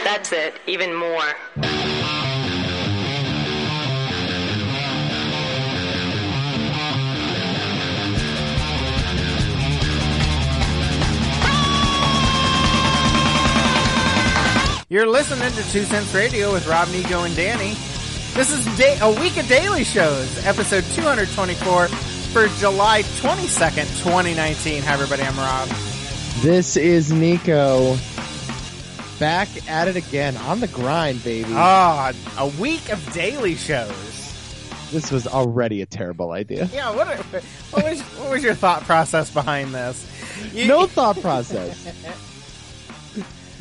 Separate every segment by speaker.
Speaker 1: studs it even more.
Speaker 2: You're listening to Two Cents Radio with Rob Nigo and Danny. This is da- a week of daily shows, episode 224 for July 22nd, 2019. Hi, everybody. I'm Rob.
Speaker 3: This is Nico. Back at it again on the grind, baby.
Speaker 2: Ah, a week of daily shows.
Speaker 3: this was already a terrible idea.
Speaker 2: Yeah, what, are, what, was, what was your thought process behind this? You-
Speaker 3: No thought process.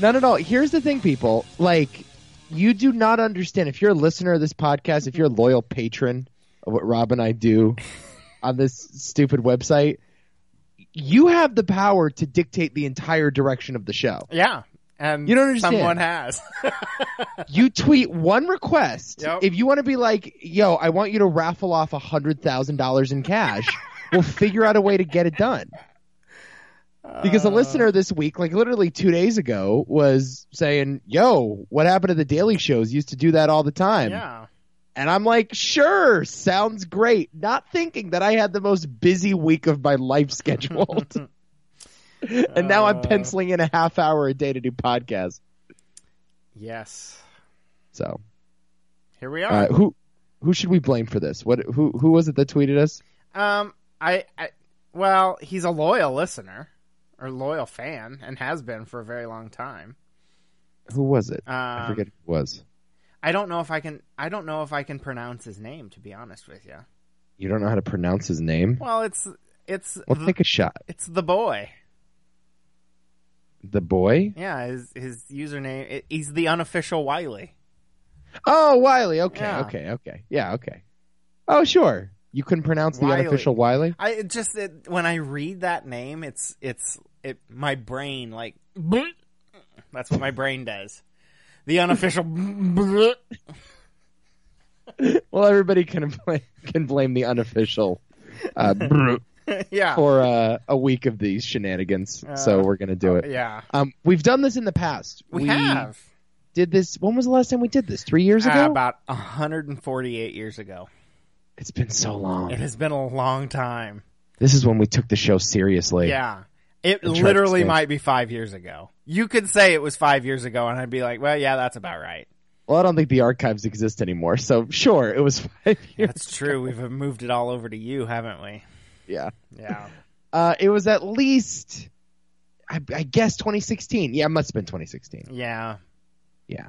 Speaker 3: None at all. Here's the thing, people. Like, you do not understand. If you're a listener of this podcast, if you're a loyal patron of what Rob and I do on this stupid website, you have the power to dictate the entire direction of the show.
Speaker 2: Yeah. And
Speaker 3: You don't understand.
Speaker 2: someone has.
Speaker 3: you tweet one request
Speaker 2: Yep.
Speaker 3: if you want to be like yo i want you to raffle off a hundred thousand dollars in cash we'll figure out a way to get it done because a
Speaker 2: Uh,
Speaker 3: listener this week like literally two days ago was saying yo what happened to the daily shows used to do that all the time
Speaker 2: yeah.
Speaker 3: and i'm like sure sounds great not thinking that i had the most busy week of my life scheduled and now i'm
Speaker 2: Uh.
Speaker 3: penciling in a half hour a day to do podcasts
Speaker 2: Yes.
Speaker 3: so
Speaker 2: Here we are.
Speaker 3: Uh, who who should we blame for this? What who who was it that tweeted us?
Speaker 2: Um, I, I, well, he's a loyal listener or loyal fan and has been for a very long time.
Speaker 3: Who was it?
Speaker 2: Um,
Speaker 3: I forget who it was.
Speaker 2: I don't know if I can. I don't know if I can pronounce his name. To be honest with you,
Speaker 3: You don't know how to pronounce his name?
Speaker 2: well, it's it's
Speaker 3: Well,
Speaker 2: the,
Speaker 3: take a shot.
Speaker 2: it's the boy.
Speaker 3: The boy?
Speaker 2: Yeah, his his username. It, he's the unofficial Wiley.
Speaker 3: Oh, Wiley. Okay,
Speaker 2: Yeah.
Speaker 3: okay, okay. Yeah, okay. Oh, sure. You couldn't pronounce the
Speaker 2: Wiley.
Speaker 3: unofficial Wiley?
Speaker 2: I it just it, when I read that name, it's it's it. My brain like that's what my brain does. The unofficial.
Speaker 3: Well, everybody can blame, can blame the unofficial uh,
Speaker 2: yeah.
Speaker 3: for uh, a week of these shenanigans. so
Speaker 2: Uh,
Speaker 3: we're gonna do it.
Speaker 2: Yeah.
Speaker 3: Um, we've done this in the past.
Speaker 2: We, have.
Speaker 3: did this. When was the last time we did this? Three years
Speaker 2: Uh,
Speaker 3: ago.
Speaker 2: about 148 years ago.
Speaker 3: it's been so long.
Speaker 2: It has been a long time.
Speaker 3: This is when we took the show seriously.
Speaker 2: Yeah. It
Speaker 3: tried to
Speaker 2: literally
Speaker 3: stay-
Speaker 2: might be five years ago. You could say it was five years ago, and I'd be like, well, yeah, that's about right.
Speaker 3: Well, I don't think the archives exist anymore. So sure, it was five years.
Speaker 2: That's true. We've moved it all over to you, haven't we?
Speaker 3: Yeah.
Speaker 2: Yeah.
Speaker 3: Uh, it was at least, I, I guess, 2016. Yeah, it must have been 2016.
Speaker 2: Yeah.
Speaker 3: Yeah.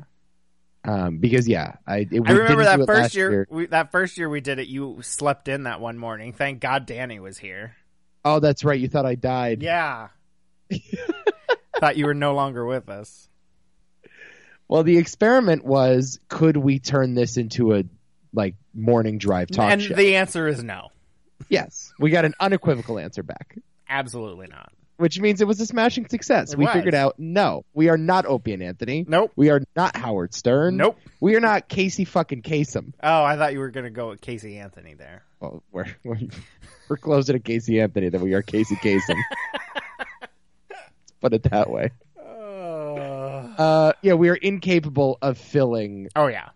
Speaker 3: Um, because yeah, I it, we
Speaker 2: I remember
Speaker 3: didn't do
Speaker 2: that
Speaker 3: it
Speaker 2: first
Speaker 3: last
Speaker 2: year, we, that first year we did it, you slept in that one morning. Thank God Danny was here.
Speaker 3: Oh, that's right. You thought I died.
Speaker 2: Yeah. Thought you were no longer with us.
Speaker 3: Well, the experiment was, could we turn this into a like morning drive talk
Speaker 2: and
Speaker 3: show?
Speaker 2: the answer is no.
Speaker 3: yes, we got an unequivocal answer back.
Speaker 2: Absolutely not.
Speaker 3: Which means it was a smashing success.
Speaker 2: It
Speaker 3: we
Speaker 2: was.
Speaker 3: figured out no, we are not Opie and Anthony.
Speaker 2: Nope.
Speaker 3: We are not Howard Stern.
Speaker 2: Nope.
Speaker 3: We are not Casey fucking Kasem.
Speaker 2: Oh, I thought you were going to go with Casey Anthony there.
Speaker 3: Well, we're, we're, we're closer to Casey Anthony than we are Casey Kasem. Let's put it that way. Uh, yeah, we are incapable of filling
Speaker 2: oh, yeah.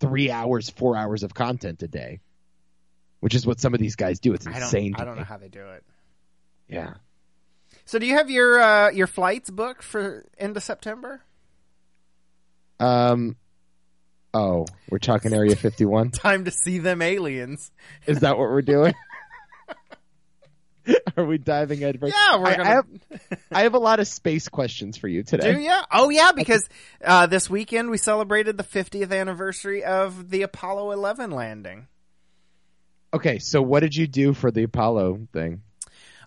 Speaker 3: three hours, four hours of content a day, which is what some of these guys do. It's
Speaker 2: I don't,
Speaker 3: insane. to
Speaker 2: I don't
Speaker 3: me.
Speaker 2: know how they do it.
Speaker 3: Yeah.
Speaker 2: So, do you have your uh, your flights booked for end of September?
Speaker 3: Um. Oh, we're talking Area 51.
Speaker 2: Time to see them aliens.
Speaker 3: Is that what we're doing? Are we diving headfirst?
Speaker 2: Yeah, we're
Speaker 3: I-
Speaker 2: gonna-
Speaker 3: I have, I have a lot of space questions for you today.
Speaker 2: Do you? Oh, yeah, because uh, this weekend we celebrated the 50th anniversary of the Apollo 11 landing.
Speaker 3: Okay, so what did you do for the Apollo thing?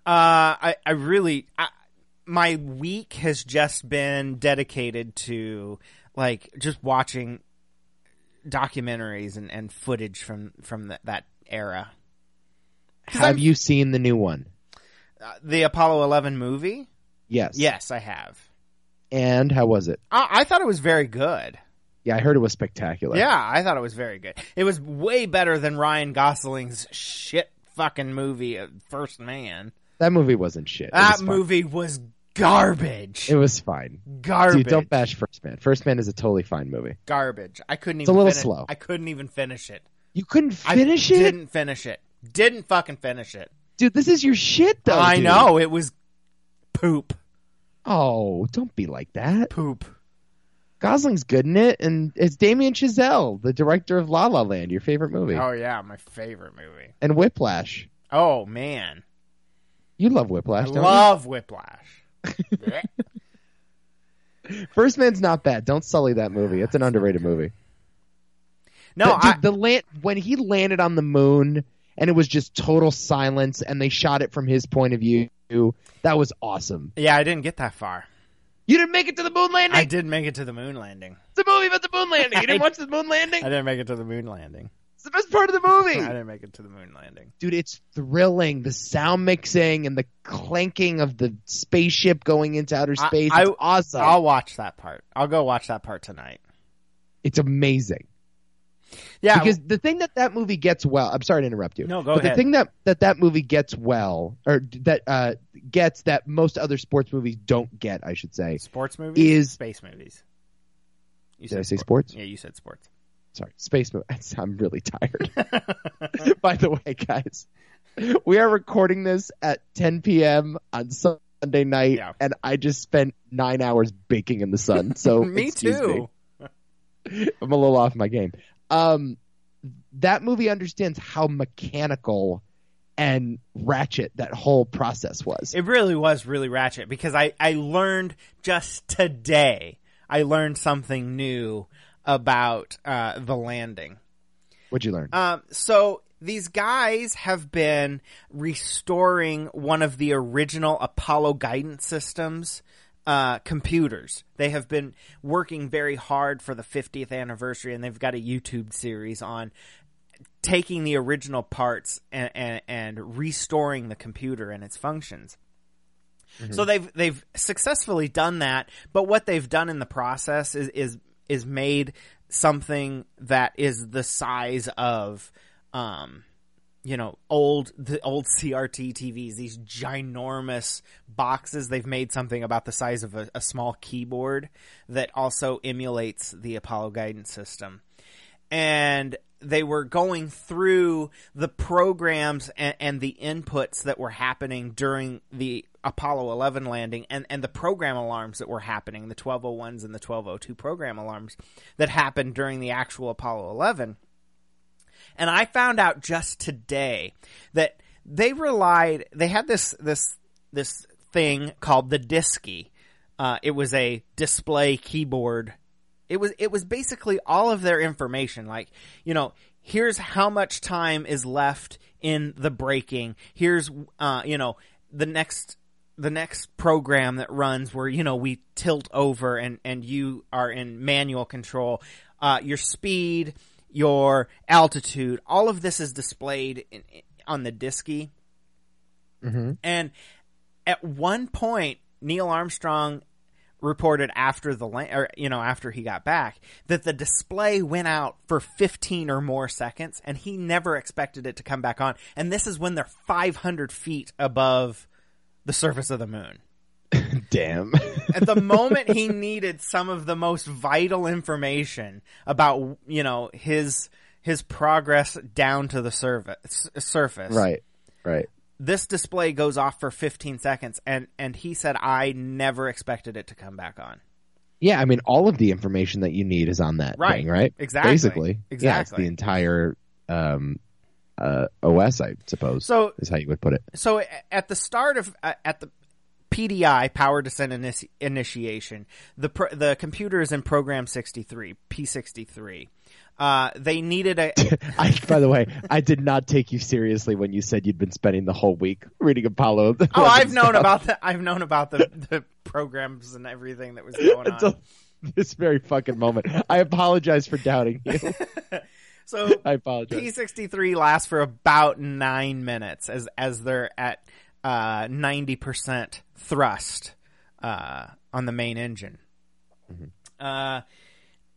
Speaker 2: Uh, I, I really, I, my week has just been dedicated to like just watching documentaries and, and footage from from that that era.
Speaker 3: Have you seen the new one?
Speaker 2: Uh, the Apollo 11 movie?
Speaker 3: Yes.
Speaker 2: Yes, I have.
Speaker 3: And how was it?
Speaker 2: I, I thought it was very good.
Speaker 3: Yeah, I heard it was spectacular.
Speaker 2: Yeah, I thought it was very good. It was way better than Ryan Gosling's shit fucking movie, uh, First Man.
Speaker 3: That movie wasn't shit. It was
Speaker 2: That
Speaker 3: fun.
Speaker 2: movie was garbage.
Speaker 3: It was fine.
Speaker 2: garbage.
Speaker 3: Dude, don't bash First Man. First Man is a totally fine movie.
Speaker 2: Garbage. I couldn't
Speaker 3: a
Speaker 2: even
Speaker 3: little
Speaker 2: finish-
Speaker 3: slow.
Speaker 2: I couldn't even finish it.
Speaker 3: You couldn't finish
Speaker 2: I
Speaker 3: it,
Speaker 2: Didn't finish it. Didn't fucking finish it.
Speaker 3: dude. This is your shit, though.
Speaker 2: I
Speaker 3: dude.
Speaker 2: know it was poop,
Speaker 3: Oh, don't be like that.
Speaker 2: poop.
Speaker 3: Gosling's good in it, and it's Damien Chazelle, the director of La La Land, your favorite movie,
Speaker 2: Oh yeah, my favorite movie.
Speaker 3: and Whiplash.
Speaker 2: Oh man,
Speaker 3: You love Whiplash,
Speaker 2: I
Speaker 3: don't
Speaker 2: love Whiplash. Blech.
Speaker 3: you? First Man's not bad. Don't sully that movie. It's an underrated movie.
Speaker 2: no,
Speaker 3: The- dude,
Speaker 2: I,
Speaker 3: the land when he landed on the moon and it was just total silence, and they shot it from his point of view. That was awesome.
Speaker 2: yeah, I didn't get that far.
Speaker 3: You didn't make it to the moon landing.
Speaker 2: I did make it to the moon landing.
Speaker 3: It's a movie about the moon landing. You didn't
Speaker 2: I-
Speaker 3: watch the moon landing?
Speaker 2: I didn't make it to the moon landing.
Speaker 3: It's the best part of the
Speaker 2: I
Speaker 3: movie.
Speaker 2: didn't make it to the moon landing.
Speaker 3: Dude, it's thrilling. The sound mixing and the clanking of the spaceship going into outer
Speaker 2: I-
Speaker 3: space.
Speaker 2: I-
Speaker 3: it's awesome.
Speaker 2: I'll watch that part. I'll go watch that part tonight.
Speaker 3: It's amazing.
Speaker 2: Yeah,
Speaker 3: because the thing that that movie gets well, I'm sorry to interrupt you.
Speaker 2: No, go
Speaker 3: but
Speaker 2: ahead.
Speaker 3: The thing that, that that movie gets well, or that uh, gets that most other sports movies don't get, I should say.
Speaker 2: sports movies
Speaker 3: is-
Speaker 2: space movies. You
Speaker 3: Did I
Speaker 2: said
Speaker 3: say
Speaker 2: sport-
Speaker 3: sports?
Speaker 2: Yeah, you said sports.
Speaker 3: Sorry, space movies. I'm really tired. By the way, guys, we are recording this at 10 p.m. on Sunday night,
Speaker 2: Yeah.
Speaker 3: and I just spent nine hours baking in the sun. So
Speaker 2: me
Speaker 3: Oh, excuse
Speaker 2: too.
Speaker 3: me. I'm a little off my game. Um, that movie understands how mechanical and ratchet that whole process was.
Speaker 2: It really was really ratchet because I, I learned just today. I learned something new about uh, the landing.
Speaker 3: What'd you learn?
Speaker 2: Um, so these guys have been restoring one of the original Apollo guidance systems. Uh, computers. They have been working very hard for the 50th anniversary, and they've got a YouTube series on taking the original parts and, and, and restoring the computer and its functions. So they've they've successfully done that, but what they've done in the process is is is made something that is the size of um you know old the old CRT TVs, these ginormous boxes. They've made something about the size of a, a small keyboard that also emulates the Apollo guidance system and they were going through the programs and, and the inputs that were happening during the Apollo 11 landing and, and the program alarms that were happening, the 1201s and the 1202 program alarms that happened during the actual Apollo 11. And I found out just today that they relied. They had this this this thing called the Disky. Uh, it was a display keyboard. It was it was basically all of their information. Like you know, here's how much time is left in the breaking. Here's uh, you know the next the next program that runs where you know we tilt over and and you are in manual control uh, your speed your altitude all of this is displayed in, on the disky
Speaker 3: Mm-hmm.
Speaker 2: and at one point, Neil Armstrong reported after the la- or, you know after he got back that the display went out for 15 or more seconds and he never expected it to come back on and this is when they're 500 feet above the surface of the moon
Speaker 3: Damn.
Speaker 2: at the moment he needed some of the most vital information about you know his his progress down to the surface surface
Speaker 3: right. Right.
Speaker 2: this display goes off for 15 seconds and and he said i never expected it to come back on
Speaker 3: Yeah, I mean, all of the information that you need is on that
Speaker 2: Right.
Speaker 3: thing, right?
Speaker 2: Exactly.
Speaker 3: Basically. Yeah, it's
Speaker 2: Exactly.
Speaker 3: the entire um, uh, OS, I suppose,
Speaker 2: so
Speaker 3: is how you would put it.
Speaker 2: so a- at the start of uh, at the PDI power descent initi- initiation the pro- the computer is in program 63 P63 uh, they needed a
Speaker 3: I, by the way, I did not take you seriously when you said you'd been spending the whole week reading Apollo.
Speaker 2: Oh, I've known about the I've known about the, the programs and everything that was going on.
Speaker 3: until this very fucking moment. I apologize for doubting you.
Speaker 2: so
Speaker 3: I apologize.
Speaker 2: P sixty three lasts for about nine minutes as as they're at uh, ninety percent thrust uh, on the main engine. Uh,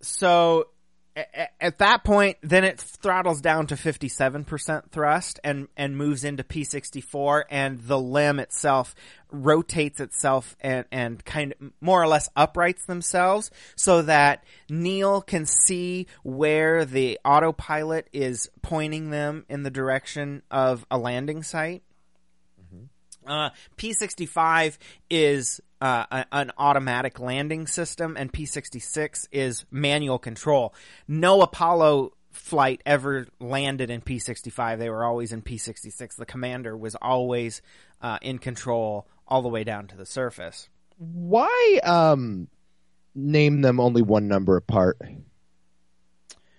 Speaker 2: so a- at that point, then it throttles down to 57% thrust and, and moves into P64 and the limb itself rotates itself and, and kind of more or less uprights themselves so that Neil can see where the autopilot is pointing them in the direction of a landing site. Uh, P65 is uh, a- an automatic landing system, and P66 is manual control. No Apollo flight ever landed in P65. They were always in P66. The commander was always uh, in control all the way down to the surface.
Speaker 3: Why um name them only one number apart?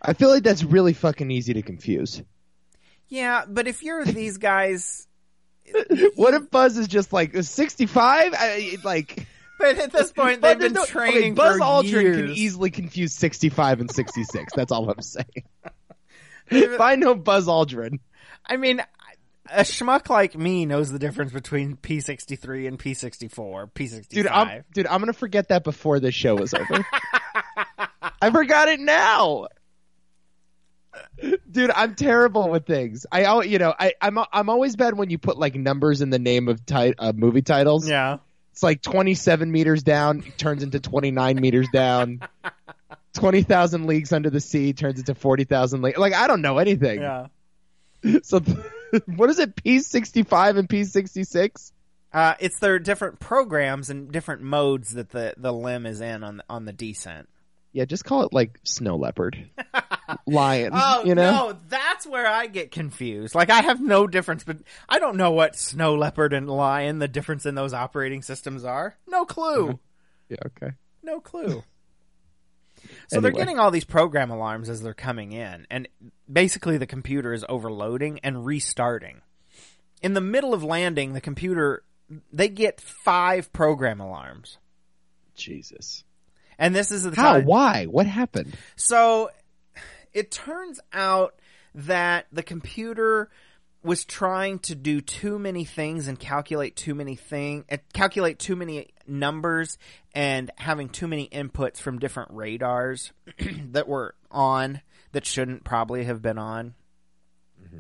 Speaker 3: I feel like that's really fucking easy to confuse.
Speaker 2: Yeah, but if you're these guys,
Speaker 3: what if Buzz is just like sixty-five? Like
Speaker 2: but at this point
Speaker 3: Buzz-
Speaker 2: they've been
Speaker 3: no- okay,
Speaker 2: training
Speaker 3: Buzz
Speaker 2: for
Speaker 3: Aldrin can
Speaker 2: years.
Speaker 3: easily confuse sixty-five and sixty-six. that's all I'm saying.
Speaker 2: They've-
Speaker 3: If I know Buzz Aldrin,
Speaker 2: I mean, a schmuck like me knows the difference between P63 and P64, P65.
Speaker 3: dude, I'm dude, I'm gonna forget that before this show is over. I forgot it now. Dude, I'm terrible with things. I, al- you know, I, I'm, I'm always bad when you put like numbers in the name of ti- uh, movie titles.
Speaker 2: yeah.
Speaker 3: It's like 27 meters down turns into 29 meters down. 20,000 leagues under the sea turns into 40,000 leagues. Like, I don't know anything.
Speaker 2: Yeah.
Speaker 3: So, what is it? P65 and P66?
Speaker 2: Uh, it's their different programs and different modes that the, the limb is in on the, on the descent.
Speaker 3: Yeah, just call it like snow leopard. Lion.
Speaker 2: Oh
Speaker 3: you know?
Speaker 2: no, that's where I get confused. Like I have no difference, but I don't know what snow leopard and lion the difference in those operating systems are. No
Speaker 3: Uh-huh.
Speaker 2: clue.
Speaker 3: Yeah, okay.
Speaker 2: No clue. So they're
Speaker 3: Anyway.
Speaker 2: getting all these program alarms as they're coming in, and basically the computer is overloading and restarting. In the middle of landing, the computer they get five program alarms,
Speaker 3: Jesus.
Speaker 2: and this is the
Speaker 3: How?
Speaker 2: time.
Speaker 3: Why? What happened?
Speaker 2: So it turns out that the computer was trying to do too many things and calculate too many thing uh, calculate too many numbers and having too many inputs from different radars that were on that shouldn't probably have been on.
Speaker 3: Mm-hmm.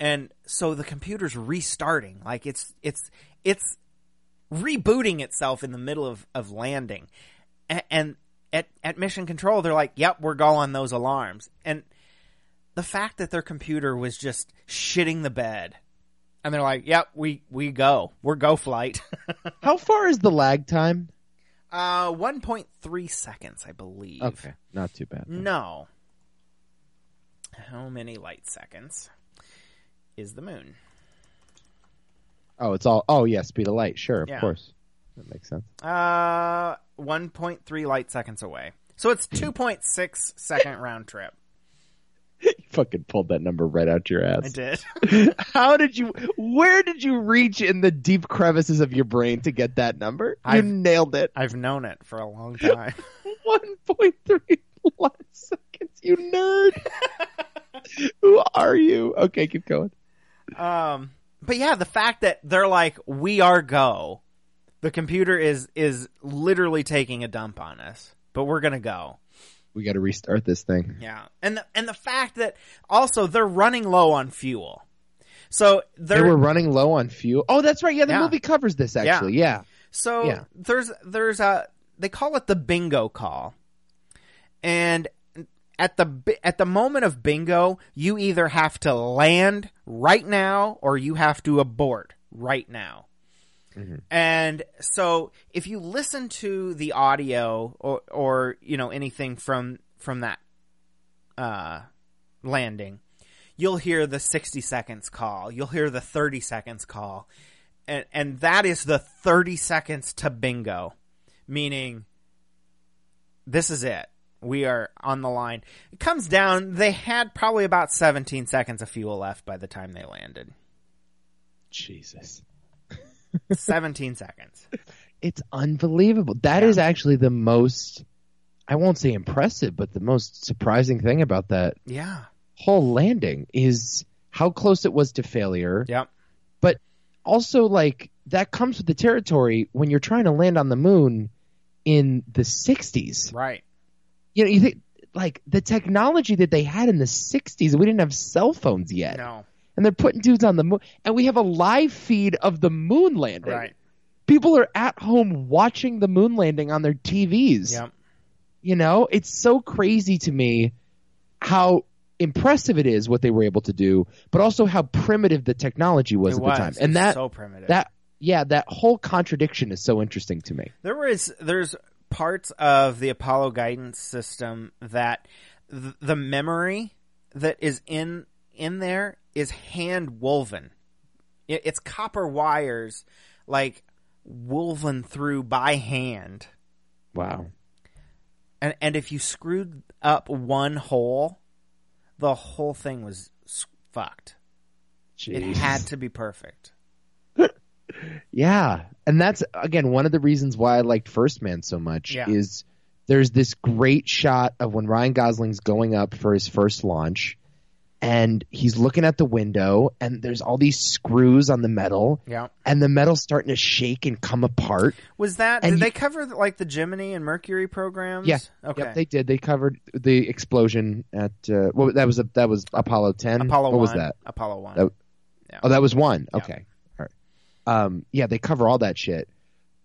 Speaker 2: And so the computer's restarting, like it's it's it's rebooting itself in the middle of, of landing. And, and at, at mission control, they're like, yep, we're going those alarms. And the fact that their computer was just shitting the bed. And they're like, yep, we, we go. We're go flight.
Speaker 3: How far is the lag time?
Speaker 2: uh, 1.3 seconds, I believe.
Speaker 3: Okay. Not too bad.
Speaker 2: No. How many light seconds is the moon?
Speaker 3: Oh, it's all. Oh, yeah, speed of light. Sure, of
Speaker 2: Yeah.
Speaker 3: course. That makes sense.
Speaker 2: Uh, 1.3 light seconds away. So it's 2.6 second round trip.
Speaker 3: You fucking pulled that number right out your ass.
Speaker 2: I did.
Speaker 3: How did you? Where did you reach in the deep crevices of your brain to get that number?
Speaker 2: I've-
Speaker 3: you nailed it.
Speaker 2: I've known it for a long time.
Speaker 3: One point three seconds. You nerd. Who are you? Okay, keep going.
Speaker 2: Um, but yeah, the fact that they're like, we are go. The computer is is literally taking a dump on us, but we're gonna go.
Speaker 3: We got to restart this thing.
Speaker 2: Yeah, and the, and the fact that also they're running low on fuel, so
Speaker 3: They
Speaker 2: they're
Speaker 3: were running low on fuel. Oh, that's right. Yeah, the
Speaker 2: Yeah.
Speaker 3: movie covers this actually. Yeah.
Speaker 2: So
Speaker 3: Yeah.
Speaker 2: there's there's a they call it the bingo call, and at the bi- at the moment of bingo, you either have to land right now or you have to abort right now. And so if you listen to the audio or or you know anything from from that uh, landing, you'll hear the 60 seconds call. You'll hear the 30 seconds call. And, and that is the 30 seconds to bingo, meaning this is it. We are on the line. It comes down. They had probably about 17 seconds of fuel left by the time they landed.
Speaker 3: Jesus.
Speaker 2: 17 seconds.
Speaker 3: It's unbelievable. That is
Speaker 2: Yeah.
Speaker 3: actually the most. I won't say impressive, but the most surprising thing about that
Speaker 2: Yeah.
Speaker 3: whole landing is how close it was to failure.
Speaker 2: Yep.
Speaker 3: also like that comes with the territory when you're trying to land on the moon in the 60s.
Speaker 2: Right.
Speaker 3: You know, you think like the technology that they had in the 60s, we didn't have cell phones yet.
Speaker 2: No,
Speaker 3: And they're putting dudes on the moon. And we have a live feed of the moon landing.
Speaker 2: right.
Speaker 3: People are at home watching the moon landing on their TVs.
Speaker 2: Yep.
Speaker 3: You know, it's so crazy to me how impressive it is what they were able to do, but also how primitive the technology was
Speaker 2: it
Speaker 3: at
Speaker 2: was.
Speaker 3: the time.
Speaker 2: It was
Speaker 3: And that
Speaker 2: so primitive.
Speaker 3: that yeah, that whole contradiction is so interesting to me.
Speaker 2: There was there's parts of the Apollo guidance system that th- the memory that is in in there is hand woven. It, it's copper wires like woven through by hand.
Speaker 3: Wow.
Speaker 2: And and if you screwed up one hole, the whole thing was s- fucked. It had to be perfect.
Speaker 3: Yeah. And that's again one of the reasons why I liked First Man so much
Speaker 2: Yeah.
Speaker 3: is there's this great shot of when Ryan Gosling's going up for his first launch and he's looking at the window and there's all these screws on the metal
Speaker 2: Yeah.
Speaker 3: and the metal's starting to shake and come apart.
Speaker 2: Was that
Speaker 3: And
Speaker 2: did
Speaker 3: you-
Speaker 2: they cover like the Gemini and Mercury programs?
Speaker 3: Yeah.
Speaker 2: Okay.
Speaker 3: Yep, they did. They covered the explosion at uh, well, that was that was Apollo 10.
Speaker 2: Apollo
Speaker 3: what
Speaker 2: 1.
Speaker 3: was that?
Speaker 2: Apollo 1.
Speaker 3: That- Oh, that was one.
Speaker 2: Yeah.
Speaker 3: Okay. All right. Um, yeah, they cover all that shit.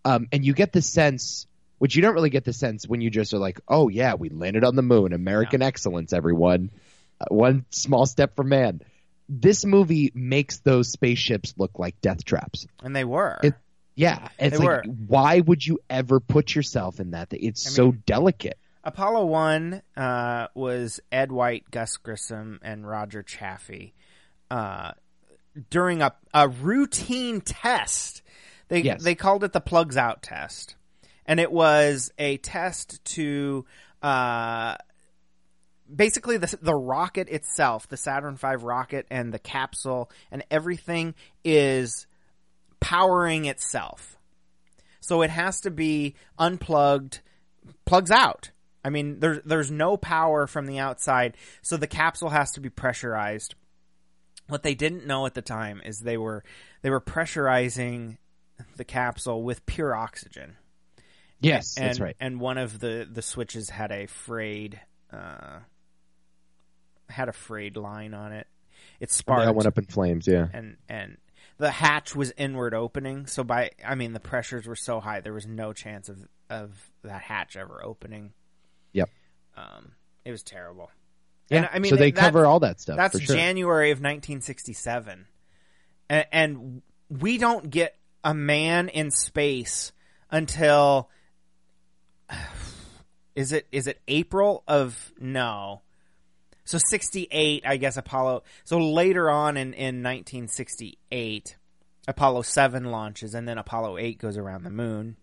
Speaker 3: Um, and you get the sense, which you don't really get the sense when you just are like, oh, yeah, we landed on the moon. American excellence, everyone. Uh, one small step for man. This movie makes those spaceships look like death traps.
Speaker 2: And they were.
Speaker 3: It- Yeah. It's
Speaker 2: They
Speaker 3: like,
Speaker 2: were.
Speaker 3: why would you ever put yourself in that? It's
Speaker 2: I
Speaker 3: so delicate.
Speaker 2: Apollo 1 uh, was Ed White, Gus Grissom, and Roger Chaffee. Uh, during a, a routine test, they,
Speaker 3: Yes.
Speaker 2: they called it the plugs out test. And it was a test to uh, basically the, the rocket itself, the Saturn V rocket and the capsule and everything is powering itself. So it has to be unplugged, plugs out. I mean, there's there's no power from the outside, so the capsule has to be pressurized. What they didn't know at the time is they were they were pressurizing the capsule with pure oxygen.
Speaker 3: Yes,
Speaker 2: And,
Speaker 3: that's right.
Speaker 2: And one of the the switches had a frayed uh, had a frayed line on it. It
Speaker 3: And They all
Speaker 2: sparked
Speaker 3: went up in flames. Yeah.
Speaker 2: and and the hatch was inward opening so by i mean the pressures were so high there was no chance of of that hatch ever opening
Speaker 3: Yep.
Speaker 2: um it was terrible
Speaker 3: Yeah.
Speaker 2: And, I mean,
Speaker 3: so they
Speaker 2: that-
Speaker 3: cover all that stuff.
Speaker 2: that's
Speaker 3: for sure.
Speaker 2: january of 1967 and, and we don't get a man in space until is it is it april of no so 68 i guess apollo so later on in in 1968 apollo 7 launches and then apollo 8 goes around the moon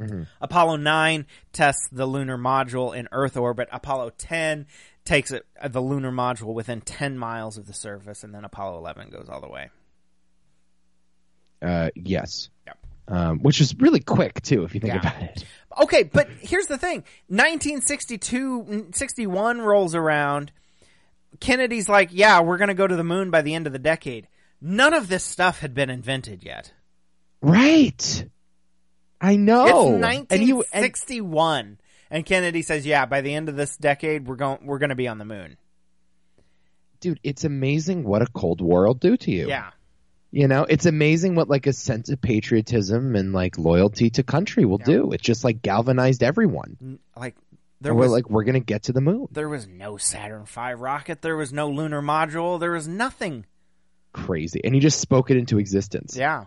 Speaker 3: Mhm.
Speaker 2: apollo 9 tests the lunar module in earth orbit apollo 10 takes it, uh, the lunar module within 10 miles of the surface and then apollo 11 goes all the way
Speaker 3: Uh, yes.
Speaker 2: Yep.
Speaker 3: Um, which is really quick too, if you think
Speaker 2: Yeah.
Speaker 3: about it.
Speaker 2: Okay, but here's the thing. 1962, 61 rolls around. Kennedy's like, yeah, we're going to go to the moon by the end of the decade. None of this stuff had been invented yet.
Speaker 3: Right. I know.
Speaker 2: it's
Speaker 3: Oh, and you and,
Speaker 2: 1961. And, Kennedy says, yeah, by the end of this decade, we're going, we're going to be on the moon.
Speaker 3: dude, it's amazing what a Cold War will do to you.
Speaker 2: Yeah.
Speaker 3: You know, it's amazing what like a sense of patriotism and like loyalty to country will do. It just like galvanized everyone.
Speaker 2: N- Like, there
Speaker 3: And we're
Speaker 2: was,
Speaker 3: like, we're gonna get to the moon.
Speaker 2: there was no Saturn V rocket. There was no lunar module. There was nothing.
Speaker 3: Crazy. And he just spoke it into existence.
Speaker 2: Yeah.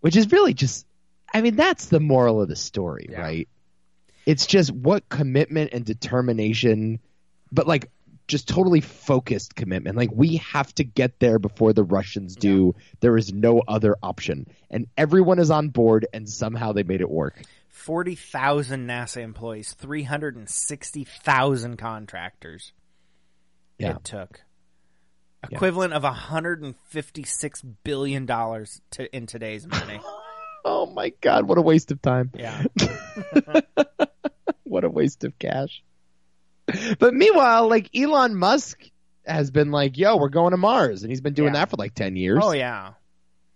Speaker 3: Which is really just I mean, that's the moral of the story,
Speaker 2: Yeah.
Speaker 3: right? It's just what commitment and determination but like just totally focused commitment. Like we have to get there before the Russians do. There is no other option. And everyone is on board and somehow they made it work.
Speaker 2: 40,000 NASA employees, 360,000 contractors.
Speaker 3: Yeah.
Speaker 2: it took.
Speaker 3: Yeah.
Speaker 2: Equivalent of 156 billion dollars to in today's money.
Speaker 3: Oh my god, what a waste of time.
Speaker 2: yeah.
Speaker 3: What a waste of cash. But meanwhile, like Elon Musk has been like, "Yo, we're going to Mars." And he's been doing
Speaker 2: Yeah.
Speaker 3: that for like 10 years.
Speaker 2: Oh yeah.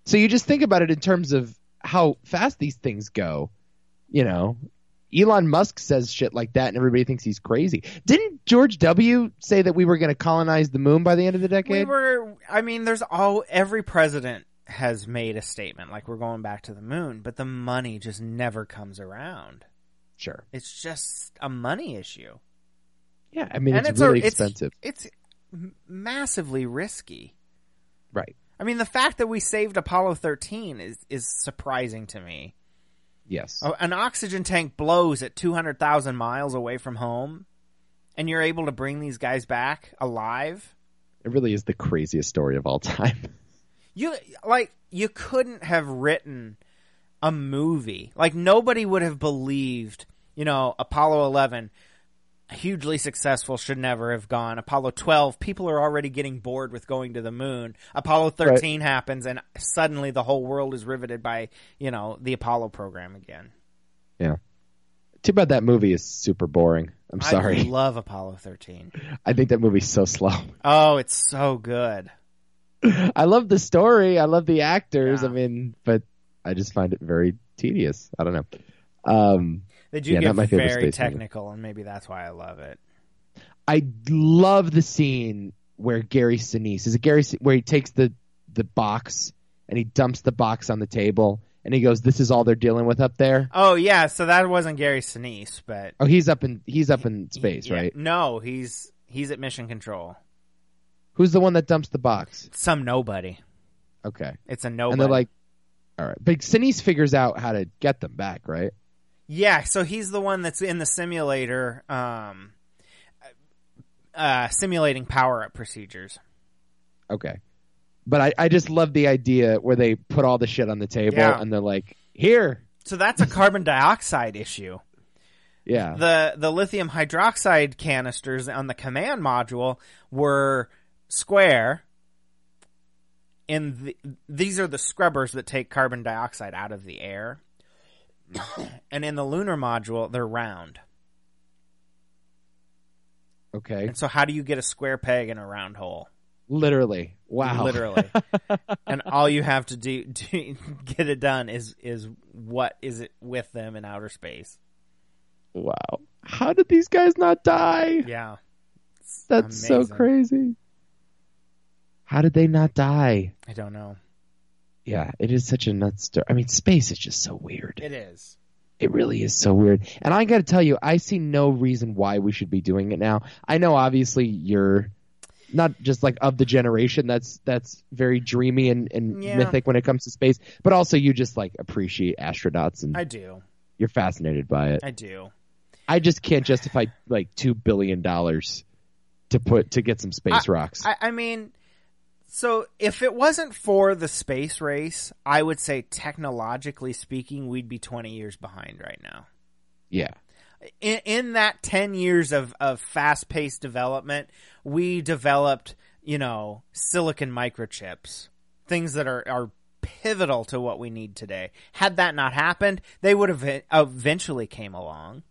Speaker 3: So you just think about it in terms of how fast these things go, you know. Elon Musk says shit like that, and everybody thinks he's crazy. Didn't George W. say that we were going to colonize the moon by the end of the
Speaker 2: We
Speaker 3: decade?
Speaker 2: were. I mean, there's all every president has made a statement like we're going back to the moon, but the money just never comes around.
Speaker 3: sure.
Speaker 2: It's just a money issue.
Speaker 3: Yeah, I mean
Speaker 2: And
Speaker 3: it's,
Speaker 2: it's a-
Speaker 3: really
Speaker 2: it's-
Speaker 3: expensive,
Speaker 2: It's m- massively risky.
Speaker 3: right?
Speaker 2: I mean, the fact that we saved Apollo 13 is is surprising to me.
Speaker 3: Yes.
Speaker 2: Oh, An oxygen tank blows at 200,000 miles away from home, and you're able to bring these guys back alive.
Speaker 3: It really is the craziest story of all time.
Speaker 2: You like you couldn't have written a movie. Like nobody would have believed, you know, Apollo 11 hugely successful should never have gone. Apollo 12 people are already getting bored with going to the moon. Apollo 13 happens and suddenly the whole world is riveted by, you know, the Apollo program again.
Speaker 3: Too bad that movie is super boring. I'm
Speaker 2: I
Speaker 3: sorry.
Speaker 2: love Apollo 13.
Speaker 3: I think that movie's so slow.
Speaker 2: Oh, it's so good.
Speaker 3: I love the story. I love the actors.
Speaker 2: Yeah.
Speaker 3: I mean, but I just find it very tedious. I don't know. Um,
Speaker 2: They do
Speaker 3: Yeah,
Speaker 2: get
Speaker 3: not my favorite
Speaker 2: very
Speaker 3: space movie.
Speaker 2: technical, and maybe that's why I love it.
Speaker 3: I love the scene where Gary Sinise is it Gary Sin- where he takes the the box and he dumps the box on the table and he goes, "This is all they're dealing with up there."
Speaker 2: Oh yeah, so that wasn't Gary Sinise, but
Speaker 3: Oh, he's up in he's up in space,
Speaker 2: Yeah.
Speaker 3: right?
Speaker 2: No, he's he's at Mission Control.
Speaker 3: Who's the one that dumps the box?
Speaker 2: Some nobody.
Speaker 3: Okay.
Speaker 2: It's a nobody.
Speaker 3: and they're like, all right. But Sinise figures out how to get them back, right?
Speaker 2: yeah, so he's the one that's in the simulator, um, uh, simulating power up procedures.
Speaker 3: Okay. But I, I just love the idea where they put all the shit on the table
Speaker 2: Yeah.
Speaker 3: and they're like, here.
Speaker 2: So that's a carbon dioxide issue.
Speaker 3: Yeah.
Speaker 2: the the lithium hydroxide canisters on the command module were square and the, these are the scrubbers that take carbon dioxide out of the air and in the lunar module they're round
Speaker 3: okay.
Speaker 2: and so how do you get a square peg in a round hole
Speaker 3: Literally. Wow.
Speaker 2: literally and all you have to do to get it done is is what is it with them in outer space
Speaker 3: Wow. How did these guys not die?
Speaker 2: yeah
Speaker 3: That's so
Speaker 2: amazing.
Speaker 3: crazy. How did they not die?
Speaker 2: i don't know
Speaker 3: Yeah, it is such a nuts story. I mean, space is just so weird.
Speaker 2: it is
Speaker 3: It really is so weird. And I got to tell you, I see no reason why we should be doing it now. I know obviously you're not just like of the generation that's that's very dreamy and, and
Speaker 2: Yeah.
Speaker 3: mythic when it comes to space, but also you just like appreciate astronauts and
Speaker 2: i do
Speaker 3: you're fascinated by it.
Speaker 2: i do
Speaker 3: I just can't justify like 2 billion dollars to put to get some space rocks.
Speaker 2: I, I mean, so if it wasn't for the space race, I would say technologically speaking, we'd be 20 years behind right now.
Speaker 3: yeah.
Speaker 2: In, in that 10 years of, of fast paced development, we developed, you know, silicon microchips, things that are, are pivotal to what we need today. Had that not happened, they would have e- eventually came along.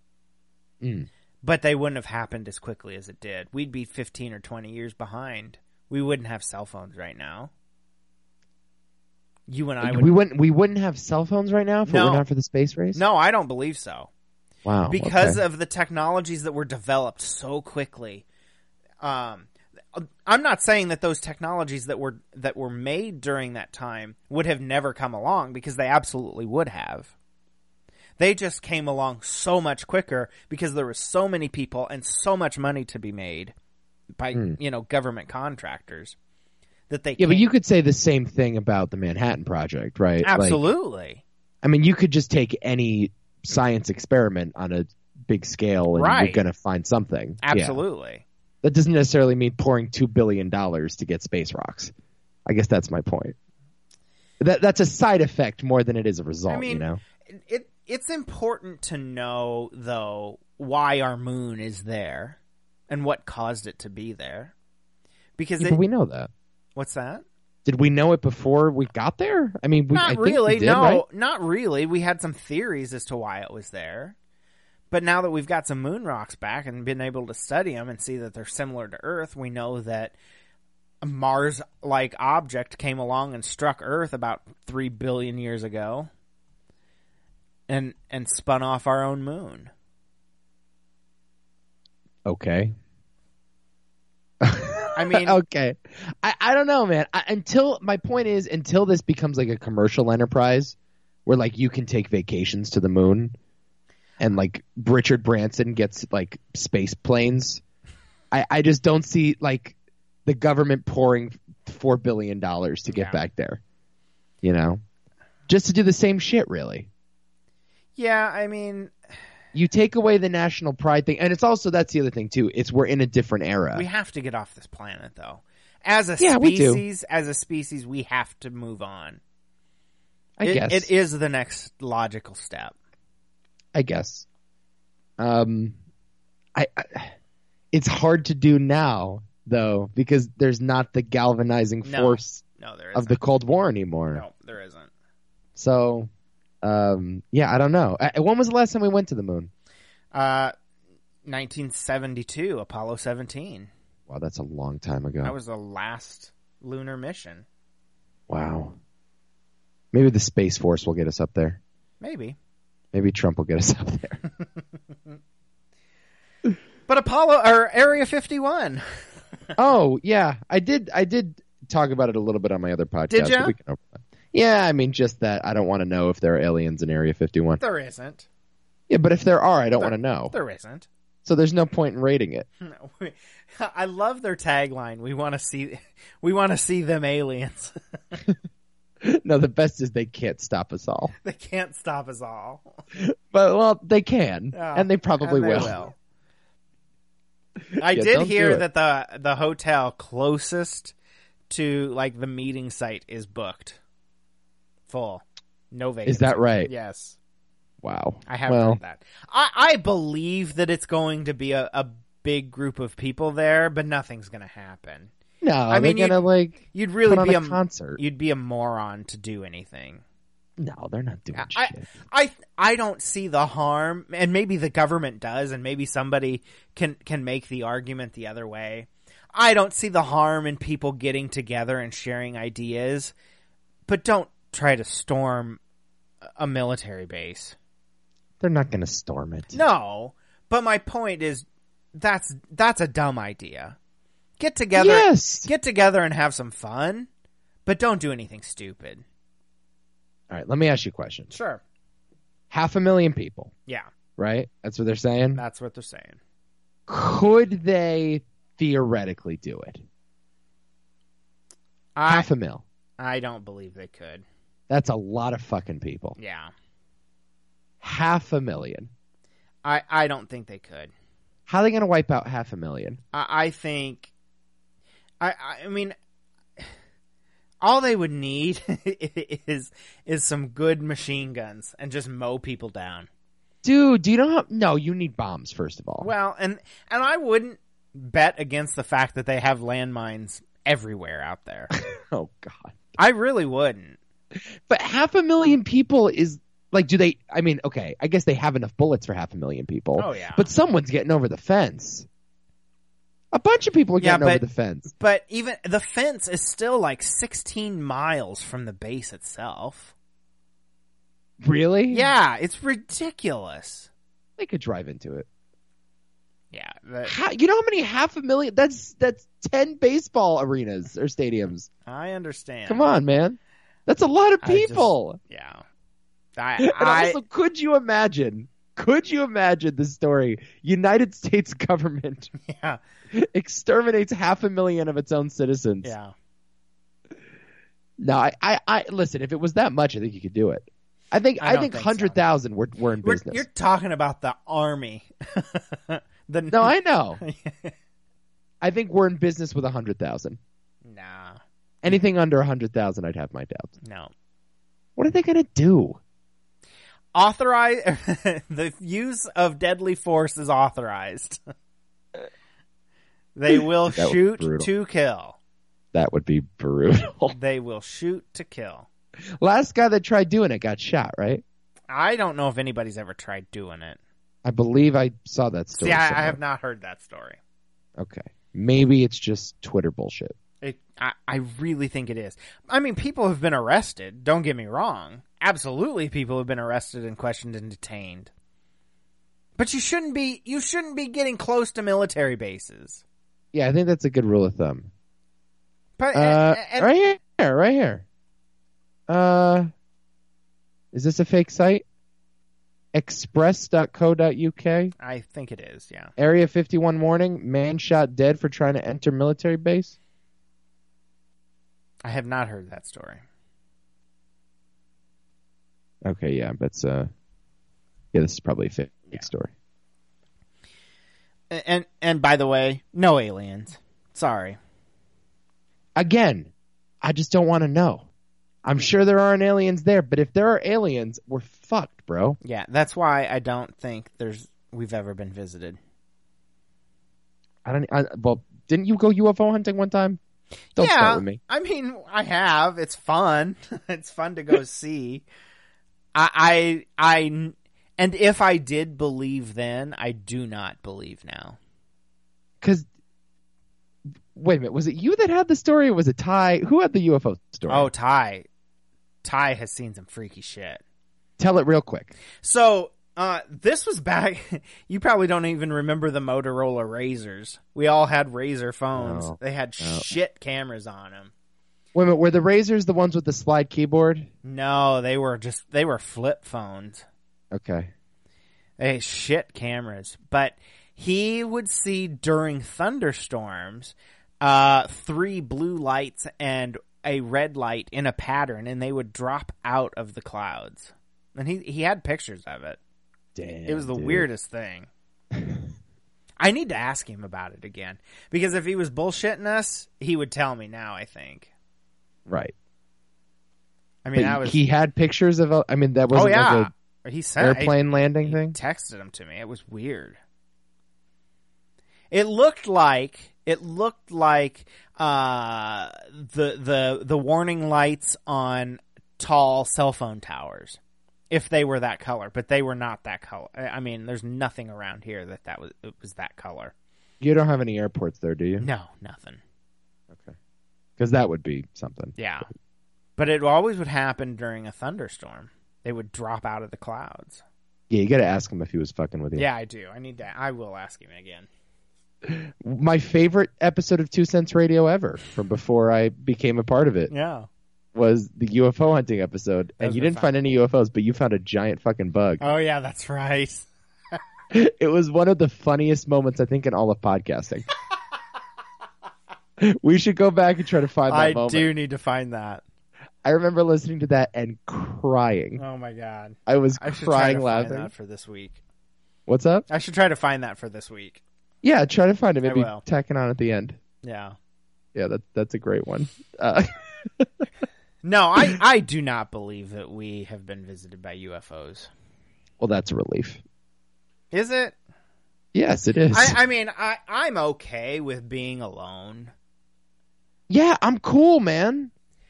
Speaker 3: Mm.
Speaker 2: But they wouldn't have happened as quickly as it did. We'd be 15 or 20 years behind. We wouldn't have cell phones right now. You and I would.
Speaker 3: we wouldn't we wouldn't have cell phones right now if it
Speaker 2: No.
Speaker 3: were not for the space race?
Speaker 2: no, I don't believe so.
Speaker 3: Wow.
Speaker 2: because
Speaker 3: Oh,
Speaker 2: uh,
Speaker 3: okay.
Speaker 2: of the technologies that were developed so quickly. Um, I'm not saying that those technologies that were that were made during that time would have never come along because they absolutely would have. They just came along so much quicker because there was so many people and so much money to be made by you know government contractors that they
Speaker 3: Hmm. Yeah, but
Speaker 2: can't-
Speaker 3: you could say the same thing about the Manhattan Project, right? Like,
Speaker 2: absolutely
Speaker 3: I mean, you could just take any science experiment on a big scale and
Speaker 2: Right.
Speaker 3: you're going to find something. Yeah.
Speaker 2: absolutely.
Speaker 3: That doesn't necessarily mean pouring $2 billion to get space rocks. I guess that's my point. That That's a side effect more than it is a result,
Speaker 2: I mean,
Speaker 3: you know?
Speaker 2: it it's important to know though why our moon is there and what caused it to be there because
Speaker 3: Yeah,
Speaker 2: it,
Speaker 3: but we know that.
Speaker 2: what's that
Speaker 3: Did we know it before we got there? I mean, we, I
Speaker 2: not
Speaker 3: think we
Speaker 2: really
Speaker 3: did,
Speaker 2: no
Speaker 3: right?
Speaker 2: not really we had some theories as to why it was there but now that we've got some moon rocks back and been able to study them and see that they're similar to earth we know that a mars like object came along and struck earth about 3 billion years ago and and spun off our own moon.
Speaker 3: Okay.
Speaker 2: I mean,
Speaker 3: okay. I, I don't know, man. I, until my point is, until this becomes like a commercial enterprise, where like you can take vacations to the moon, and like Richard Branson gets like space planes, I, I just don't see like the government pouring four billion dollars to get
Speaker 2: Yeah.
Speaker 3: back there, you know, just to do the same shit, really
Speaker 2: yeah, I mean,
Speaker 3: you take away the national pride thing, and it's also that's the other thing too. It's we're in a different era.
Speaker 2: we have to get off this planet though. As a
Speaker 3: Yeah, we do.
Speaker 2: species, as a species, we have to move on.
Speaker 3: I
Speaker 2: it,
Speaker 3: guess.
Speaker 2: it is the next logical step.
Speaker 3: I guess. Um, I, I. It's hard to do now though because there's not the galvanizing
Speaker 2: No,
Speaker 3: force
Speaker 2: No, there
Speaker 3: of
Speaker 2: isn't.
Speaker 3: the Cold War anymore.
Speaker 2: no, there isn't.
Speaker 3: So, um, yeah, I don't know. I, when was the last time we went to the moon?
Speaker 2: Uh, 1972, Apollo 17.
Speaker 3: Wow, that's a long time ago.
Speaker 2: That was the last lunar mission.
Speaker 3: wow. Maybe the space force will get us up there.
Speaker 2: Maybe.
Speaker 3: Maybe Trump will get us up there.
Speaker 2: But Apollo or Area 51.
Speaker 3: Oh yeah, I did. I did talk about it a little bit on my other podcast.
Speaker 2: Did ya?
Speaker 3: but we can overlap. yeah, I mean, just that I don't want to know if there are aliens in Area 51.
Speaker 2: There isn't.
Speaker 3: Yeah, but if there are, I don't want to know.
Speaker 2: There isn't.
Speaker 3: So there's no point in rating it.
Speaker 2: No, we- I love their tagline. We want to see we want to see them aliens.
Speaker 3: No, the best is they can't stop us all.
Speaker 2: they can't stop us all.
Speaker 3: But well, they can,
Speaker 2: Oh,
Speaker 3: and they probably
Speaker 2: And they I
Speaker 3: Yeah,
Speaker 2: did
Speaker 3: don't
Speaker 2: hear
Speaker 3: do
Speaker 2: that the the hotel closest to like the meeting site is booked. Full. No vacancy.
Speaker 3: Is that right?
Speaker 2: Yes.
Speaker 3: Wow.
Speaker 2: I have
Speaker 3: Well,
Speaker 2: heard that. I, I believe that it's going to be a, a big group of people there, but nothing's going to happen.
Speaker 3: no,
Speaker 2: I mean,
Speaker 3: they're gonna like
Speaker 2: You'd
Speaker 3: put
Speaker 2: really
Speaker 3: on
Speaker 2: be
Speaker 3: a,
Speaker 2: a
Speaker 3: concert.
Speaker 2: you'd be a moron to do anything.
Speaker 3: No, they're not doing
Speaker 2: I-
Speaker 3: shit.
Speaker 2: I I don't see the harm, and maybe the government does, and maybe somebody can can make the argument the other way. I don't see the harm in people getting together and sharing ideas, but don't try to storm a- a military base.
Speaker 3: They're not gonna storm it.
Speaker 2: No, but my point is that's that's a dumb idea. Get together,
Speaker 3: Yes.
Speaker 2: get together and have some fun, but don't do anything stupid.
Speaker 3: All right. Let me ask you a question.
Speaker 2: Sure.
Speaker 3: Half a million people,
Speaker 2: Yeah,
Speaker 3: right? That's what they're saying.
Speaker 2: that's what they're saying.
Speaker 3: could they theoretically do it?
Speaker 2: I
Speaker 3: Half a mil.
Speaker 2: I don't believe they could.
Speaker 3: That's a lot of fucking people.
Speaker 2: Yeah.
Speaker 3: Half a million.
Speaker 2: I, I don't think they could.
Speaker 3: How are they going to wipe out half a million?
Speaker 2: I, I think I I mean all they would need is is some good machine guns and just mow people down.
Speaker 3: Dude, do you know how? No, you need bombs, first of all.
Speaker 2: Well, and and I wouldn't bet against the fact that they have landmines everywhere out there.
Speaker 3: oh, God.
Speaker 2: I really wouldn't.
Speaker 3: But half a million people is like, do they? I mean, okay, I guess they have enough bullets for half a million people.
Speaker 2: Oh yeah.
Speaker 3: But someone's getting over the fence. A bunch of people are
Speaker 2: Yeah,
Speaker 3: getting over
Speaker 2: but-
Speaker 3: the fence.
Speaker 2: but even the fence is still like 16 miles from the base itself.
Speaker 3: Really?
Speaker 2: Yeah, it's ridiculous.
Speaker 3: They could drive into it.
Speaker 2: Yeah, that,
Speaker 3: How, you know how many half a million? That's that's ten baseball arenas or stadiums.
Speaker 2: I understand.
Speaker 3: Come on, man. That's a lot of
Speaker 2: I just-
Speaker 3: people.
Speaker 2: Yeah.
Speaker 3: And
Speaker 2: I, I
Speaker 3: also, could you imagine? Could you imagine the story? United States government
Speaker 2: yeah,
Speaker 3: exterminates half a million of its own citizens.
Speaker 2: yeah.
Speaker 3: No, I, I, I listen. If it was that much, I think you could do it. I think
Speaker 2: I
Speaker 3: I,
Speaker 2: don't
Speaker 3: think
Speaker 2: think so.
Speaker 3: hundred thousand were were in
Speaker 2: We're,
Speaker 3: business.
Speaker 2: you're talking about the army. the
Speaker 3: No, I know. I think we're in business with hundred thousand.
Speaker 2: nah,
Speaker 3: Anything under hundred thousand, I'd have my doubts.
Speaker 2: no.
Speaker 3: What are they gonna do?
Speaker 2: Authorize the use of deadly force is authorized. they will
Speaker 3: That was
Speaker 2: shoot
Speaker 3: brutal.
Speaker 2: to kill.
Speaker 3: That would be brutal.
Speaker 2: They will shoot to kill.
Speaker 3: Last guy that tried doing it got shot, right?
Speaker 2: I don't know if anybody's ever tried doing it.
Speaker 3: I believe I saw that story.
Speaker 2: See, I, I
Speaker 3: somewhere.
Speaker 2: have not heard that story.
Speaker 3: Okay. Maybe it's just Twitter bullshit.
Speaker 2: It, I, I really think it is. I mean, people have been arrested. Don't get me wrong. absolutely people have been arrested and questioned and detained. But you shouldn't be you shouldn't be getting close to military bases.
Speaker 3: Yeah, I think that's a good rule of thumb.
Speaker 2: But
Speaker 3: Uh,
Speaker 2: and- and-
Speaker 3: right here, right here. Uh, is this a fake site? Express.co.uk.
Speaker 2: I think it is, yeah.
Speaker 3: Area 51 warning: man shot dead for trying to enter military base.
Speaker 2: I have not heard that story.
Speaker 3: Okay, yeah, that's uh, yeah, this is probably a fake
Speaker 2: Yeah.
Speaker 3: story.
Speaker 2: And and, and by the way, no aliens. Sorry.
Speaker 3: Again, I just don't want to know. I'm sure there aren't aliens there, but if there are aliens, we're fucked, bro.
Speaker 2: Yeah, that's why I don't think there's we've ever been visited.
Speaker 3: I don't. I, well, didn't you go UFO hunting one time? Don't
Speaker 2: yeah,
Speaker 3: start with me.
Speaker 2: I mean, I have. It's fun. it's fun to go see. I, I, I, and if I did believe then, I do not believe now.
Speaker 3: Because wait a minute, was it you that had the story? Or was it Ty? Who had the UFO story?
Speaker 2: Oh, Ty, Ty has seen some freaky shit.
Speaker 3: tell it real quick.
Speaker 2: So, uh, this was back. you probably don't even remember the Motorola Razors. We all had Razor phones.
Speaker 3: No.
Speaker 2: They had
Speaker 3: No.
Speaker 2: shit cameras on them.
Speaker 3: Wait a minute, were the razors the ones with the slide keyboard?
Speaker 2: No, they were just they were flip phones.
Speaker 3: Okay.
Speaker 2: Hey, shit cameras. But he would see during thunderstorms uh, three blue lights and a red light in a pattern, and they would drop out of the clouds. And he, he had pictures of it.
Speaker 3: Damn.
Speaker 2: it was the
Speaker 3: dude.
Speaker 2: weirdest thing. I need to ask him about it again because if he was bullshitting us, he would tell me now, I think.
Speaker 3: Right.
Speaker 2: I mean,
Speaker 3: But
Speaker 2: I was.
Speaker 3: he had pictures of. a- I mean, that
Speaker 2: oh,
Speaker 3: wasn't
Speaker 2: yeah.
Speaker 3: like
Speaker 2: he
Speaker 3: a
Speaker 2: sent I-
Speaker 3: airplane landing
Speaker 2: He
Speaker 3: thing.
Speaker 2: texted them to me. It was weird. It looked like it looked like uh, the the the warning lights on tall cell phone towers, if they were that color, but they were not that color. I I mean, there's nothing around here that that was it was that color.
Speaker 3: You don't have any airports there, do you?
Speaker 2: No, nothing. Mm-hmm.
Speaker 3: Because that would be something.
Speaker 2: Yeah, but it always would happen during a thunderstorm. They would drop out of the clouds.
Speaker 3: Yeah, you got to ask him if he was fucking with you.
Speaker 2: Yeah, I do. I need to. I will ask him again.
Speaker 3: My favorite episode of Two Cents Radio ever from before I became a part of it
Speaker 2: Yeah.
Speaker 3: was the UFO hunting episode, and
Speaker 2: Those
Speaker 3: you
Speaker 2: were
Speaker 3: didn't
Speaker 2: fun.
Speaker 3: find any UFOs, but you found a giant fucking bug.
Speaker 2: Oh yeah, that's right.
Speaker 3: it was one of the funniest moments I think in all of podcasting. we should go back and try to find that
Speaker 2: I
Speaker 3: moment.
Speaker 2: do need to find that.
Speaker 3: I remember listening to that and crying.
Speaker 2: Oh my god,
Speaker 3: I was
Speaker 2: I should try
Speaker 3: crying
Speaker 2: to
Speaker 3: laughing.
Speaker 2: find that for this week.
Speaker 3: What's up?
Speaker 2: I should try to find that for this week.
Speaker 3: Yeah, try to find it. Maybe
Speaker 2: will.
Speaker 3: tacking on at the end.
Speaker 2: Yeah.
Speaker 3: Yeah, that that's a great one. Uh,
Speaker 2: No, I I do not believe that we have been visited by UFOs.
Speaker 3: well, that's a relief.
Speaker 2: Is it?
Speaker 3: Yes, it is.
Speaker 2: I I mean I I'm okay with being alone.
Speaker 3: yeah, I'm cool, man.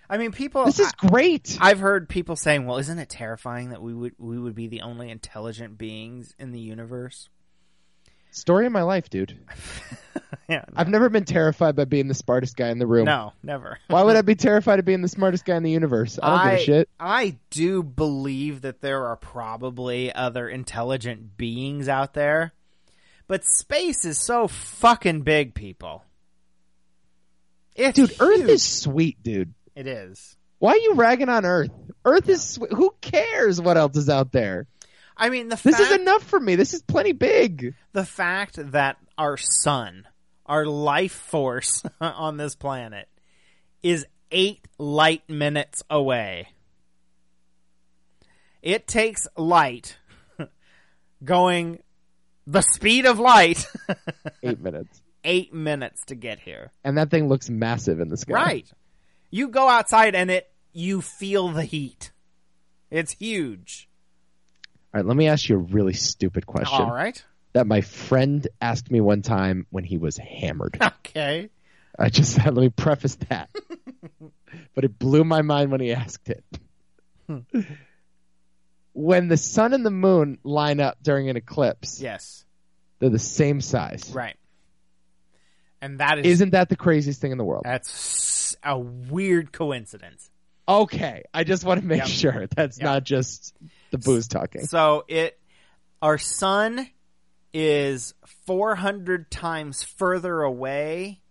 Speaker 2: I mean people.
Speaker 3: This is great.
Speaker 2: I, I've heard people saying, "Well, isn't it terrifying that we would we would be the only intelligent beings in the universe?"
Speaker 3: Story of my life, dude.
Speaker 2: yeah.
Speaker 3: I've never been terrified by being the smartest guy in the room.
Speaker 2: No, never.
Speaker 3: Why would I be terrified of being the smartest guy in the universe? I don't give a shit.
Speaker 2: I do believe that there are probably other intelligent beings out there, but space is so fucking big, people. It's
Speaker 3: Dude, Earth
Speaker 2: huge.
Speaker 3: is sweet, dude.
Speaker 2: It is.
Speaker 3: Why are you ragging on Earth? Earth is sweet. Who cares what else is out there?
Speaker 2: I mean, the
Speaker 3: This
Speaker 2: fact,
Speaker 3: is enough for me. This is plenty big.
Speaker 2: the fact that our sun, our life force on this planet, is eight light minutes away. It takes light going the speed of light
Speaker 3: Eight minutes.
Speaker 2: eight minutes to get here.
Speaker 3: And that thing looks massive in the sky.
Speaker 2: Right. You go outside and it you feel the heat. It's huge.
Speaker 3: All right, let me ask you a really stupid question
Speaker 2: All right.
Speaker 3: that my friend asked me one time when he was hammered.
Speaker 2: Okay.
Speaker 3: I just let me preface that. but it blew my mind when he asked it.
Speaker 2: Hmm.
Speaker 3: when the sun and the moon line up during an eclipse,
Speaker 2: Yes.
Speaker 3: they're the same size.
Speaker 2: Right. And that is
Speaker 3: Isn't that the craziest thing in the world?
Speaker 2: that's a weird coincidence.
Speaker 3: Okay, I just want to make
Speaker 2: Yep.
Speaker 3: sure that's
Speaker 2: Yep.
Speaker 3: not just the booze talking.
Speaker 2: So it, our sun is 400 times further away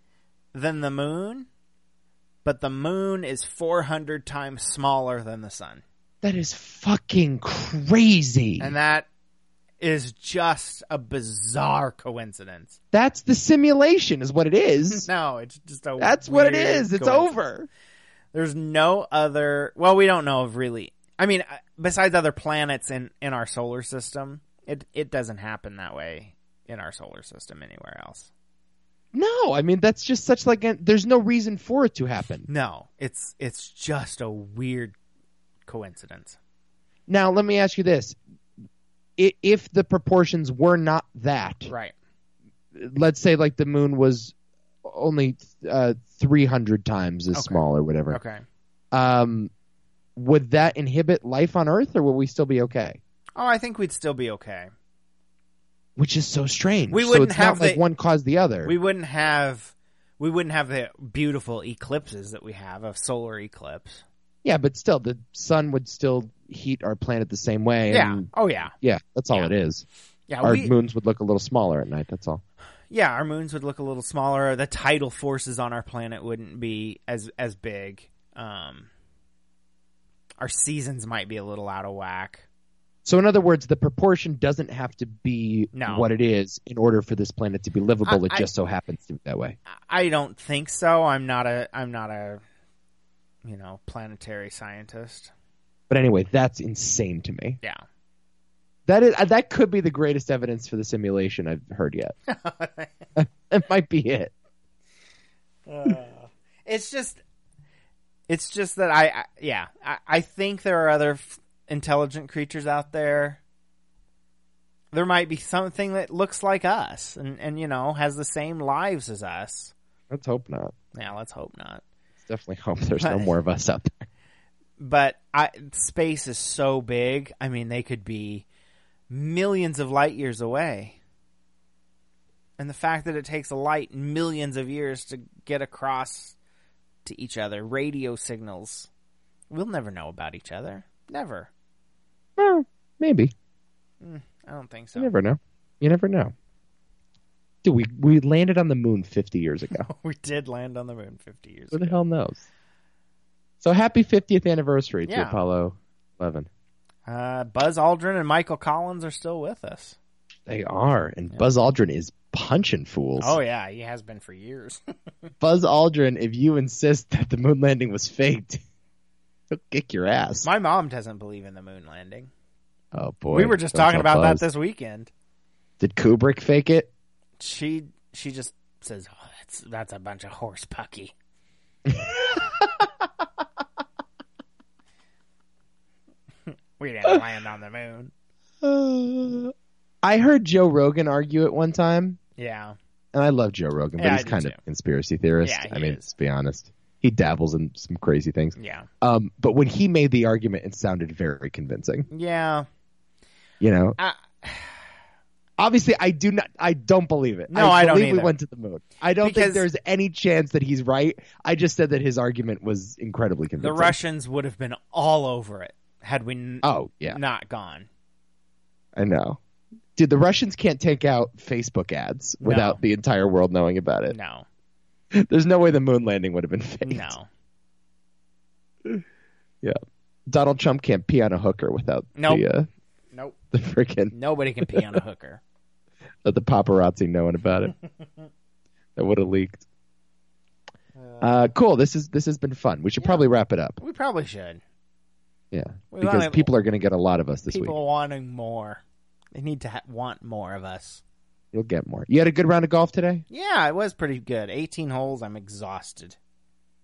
Speaker 2: than the moon, but the moon is 400 times smaller than the sun.
Speaker 3: That is fucking crazy.
Speaker 2: And that is just a bizarre coincidence.
Speaker 3: that's the simulation, is what it is.
Speaker 2: No, it's just a
Speaker 3: That's what it
Speaker 2: weird
Speaker 3: is. It's
Speaker 2: coincidence.
Speaker 3: over.
Speaker 2: There's no other. Well, we don't know of really. I mean, uh, besides other planets in in our solar system, it it doesn't happen that way in our solar system anywhere else.
Speaker 3: No, I mean that's just such like an, there's no reason for it to happen.
Speaker 2: No, it's it's just a weird coincidence.
Speaker 3: Now let me ask you this: I- if the proportions were not that,
Speaker 2: Right.
Speaker 3: let's say like the moon was only uh, 300 times as
Speaker 2: Okay.
Speaker 3: small or whatever,
Speaker 2: Okay.
Speaker 3: um, would that inhibit life on Earth, or would we still be okay?
Speaker 2: Oh, I think we'd still be okay.
Speaker 3: Which is so strange.
Speaker 2: We
Speaker 3: so
Speaker 2: wouldn't
Speaker 3: it's
Speaker 2: have
Speaker 3: not like
Speaker 2: the-
Speaker 3: one caused the other.
Speaker 2: We wouldn't have we wouldn't have the beautiful eclipses that we have of solar eclipse.
Speaker 3: Yeah, but still, the sun would still heat our planet the same way.
Speaker 2: Yeah.
Speaker 3: and-
Speaker 2: Oh yeah.
Speaker 3: yeah, that's all
Speaker 2: Yeah.
Speaker 3: it is.
Speaker 2: Yeah.
Speaker 3: our
Speaker 2: we,
Speaker 3: moons would look a little smaller at night. That's all.
Speaker 2: yeah, our moons would look a little smaller. The tidal forces on our planet wouldn't be as as big. Um, our seasons might be a little out of whack.
Speaker 3: So, in other words, the proportion doesn't have to be
Speaker 2: No.
Speaker 3: what it is in order for this planet to be livable.
Speaker 2: I-
Speaker 3: it
Speaker 2: I-
Speaker 3: just so happens to be that way.
Speaker 2: I- I don't think so. I'm not a I'm not a you know planetary scientist.
Speaker 3: But anyway, that's insane to me.
Speaker 2: Yeah,
Speaker 3: That is uh, that could be the greatest evidence for the simulation I've heard yet. That might be it.
Speaker 2: it's just it's just that I, I yeah I, I think there are other f- intelligent creatures out there. There might be something that looks like us and and you know has the same lives as us.
Speaker 3: Let's hope not.
Speaker 2: Yeah, let's hope not.
Speaker 3: Let's definitely hope there's no
Speaker 2: But-
Speaker 3: more of us out there.
Speaker 2: But I, space is so big. I mean, they could be millions of light years away. And the fact that it takes a light millions of years to get across to each other, radio signals, we'll never know about each other. Never.
Speaker 3: Well, maybe.
Speaker 2: I don't think so.
Speaker 3: You never know. You never know. Dude, we, we landed on the moon 50 years ago.
Speaker 2: We did land on the moon 50 years
Speaker 3: Who
Speaker 2: ago.
Speaker 3: the hell knows? So happy 50th anniversary to
Speaker 2: Yeah.
Speaker 3: Apollo 11.
Speaker 2: Uh, Buzz Aldrin and Michael Collins are still with us.
Speaker 3: They are, and Buzz Aldrin is punching fools.
Speaker 2: Oh, yeah, he has been for years.
Speaker 3: Buzz Aldrin, if you insist that the moon landing was faked, he'll kick your ass.
Speaker 2: My mom doesn't believe in the moon landing.
Speaker 3: oh boy,
Speaker 2: we were just
Speaker 3: Don't
Speaker 2: talking
Speaker 3: tell
Speaker 2: about
Speaker 3: Buzz.
Speaker 2: that this weekend.
Speaker 3: Did Kubrick fake it?
Speaker 2: she she just says, "Oh, that's that's a bunch of horse pucky." we didn't land on the moon.
Speaker 3: Uh, I heard Joe Rogan argue it one time,
Speaker 2: Yeah,
Speaker 3: and I love Joe Rogan, but
Speaker 2: Yeah, I
Speaker 3: he's
Speaker 2: do
Speaker 3: kind of
Speaker 2: too.
Speaker 3: a conspiracy theorist.
Speaker 2: Yeah, he
Speaker 3: I mean,
Speaker 2: is.
Speaker 3: let's be honest, he dabbles in some crazy things.
Speaker 2: yeah,
Speaker 3: Um, but when he made the argument, it sounded very convincing.
Speaker 2: yeah.
Speaker 3: You know,
Speaker 2: I-
Speaker 3: obviously, I do not, I don't believe it.
Speaker 2: No, I don't
Speaker 3: believe we
Speaker 2: either.
Speaker 3: went to the moon. I don't
Speaker 2: Because-
Speaker 3: think there's any chance that he's right. I just said that his argument was incredibly
Speaker 2: the
Speaker 3: convincing.
Speaker 2: Russians would have been all over it had we n-
Speaker 3: Oh yeah,
Speaker 2: not gone.
Speaker 3: I know. Dude, the Russians can't take out Facebook ads
Speaker 2: No.
Speaker 3: without the entire world knowing about it.
Speaker 2: No,
Speaker 3: There's no way the moon landing would have been faked.
Speaker 2: no,
Speaker 3: Donald Trump can't pee on a hooker without
Speaker 2: Nope.
Speaker 3: the uh,
Speaker 2: nope.
Speaker 3: the freaking
Speaker 2: Nobody can pee on a hooker.
Speaker 3: uh, the paparazzi knowing about it. that would have leaked. Uh, cool. This is this has been fun. We should probably wrap it up.
Speaker 2: We probably should.
Speaker 3: Yeah,
Speaker 2: We
Speaker 3: because
Speaker 2: wanna-
Speaker 3: people are going to get a lot of us this
Speaker 2: People
Speaker 3: week.
Speaker 2: wanting more. They need to ha- want more of us.
Speaker 3: You'll get more. You had a good round of golf today.
Speaker 2: Yeah, it was pretty good. 18 holes. I'm exhausted.